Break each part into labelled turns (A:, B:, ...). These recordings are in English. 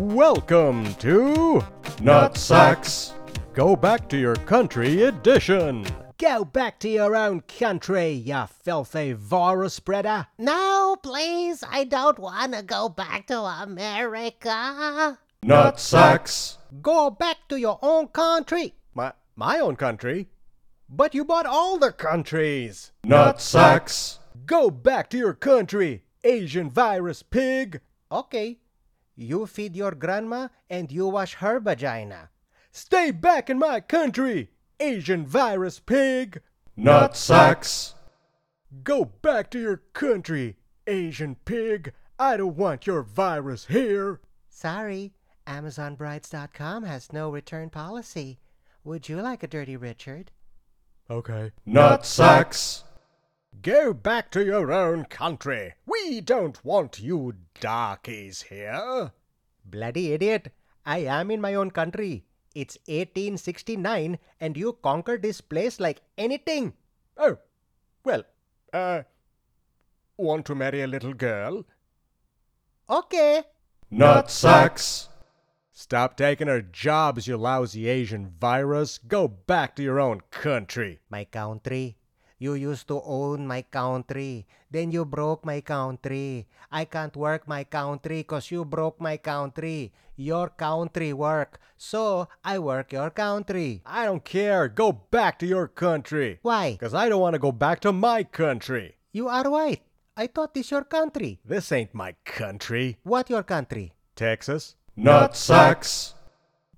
A: Welcome to
B: Nutsacks.
A: Go Back to Your Country Edition.
C: Go back to your own country, you filthy virus spreader.
D: No, please, I don't want to go back to America.
B: Nutsacks.
C: Go back to your own country.
A: My my own country? But you bought all the countries.
B: Nutsacks.
A: Go back to your country, Asian virus pig.
C: Okay. You feed your grandma and you wash her vagina.
A: Stay back in my country, Asian virus pig.
B: Nutsacks.
A: Go back to your country, Asian pig. I don't want your virus here.
C: Sorry, AmazonBrides.com has no return policy. Would you like a Dirty Richard?
A: Okay.
B: Nutsacks.
A: Go back to your own country. We don't want you darkies here.
C: Bloody idiot. I am in my own country. It's 1869 and you conquered this place like anything.
A: Oh, well, uh, want to marry a little girl?
C: Okay.
B: Nutsacks.
A: Stop taking her jobs, you lousy Asian virus. Go back to your own country.
C: my country. You used to own my country. Then you broke my country. I can't work my country 'cause you broke my country. Your country work. So I work your country.
A: I don't care. Go back to your country.
C: Why?
A: Because I don't want to go back to my country.
C: You are white. I thought this your country.
A: This ain't my country.
C: What your country?
A: Texas?
B: Nutsacks.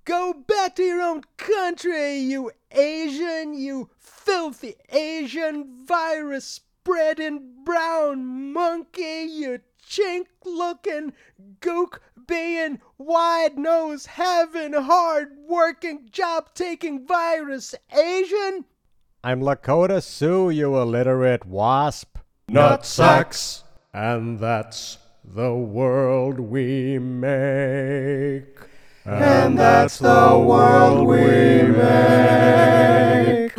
A: Go back to your own country, you Asian, you filthy Asian virus spreading brown monkey, you chink looking, gook being, wide nose having, hard working, job taking virus Asian. I'm Lakota Sioux, you illiterate wasp.
B: Nutsacks.
A: And that's the world we make.
B: And that's the world we make.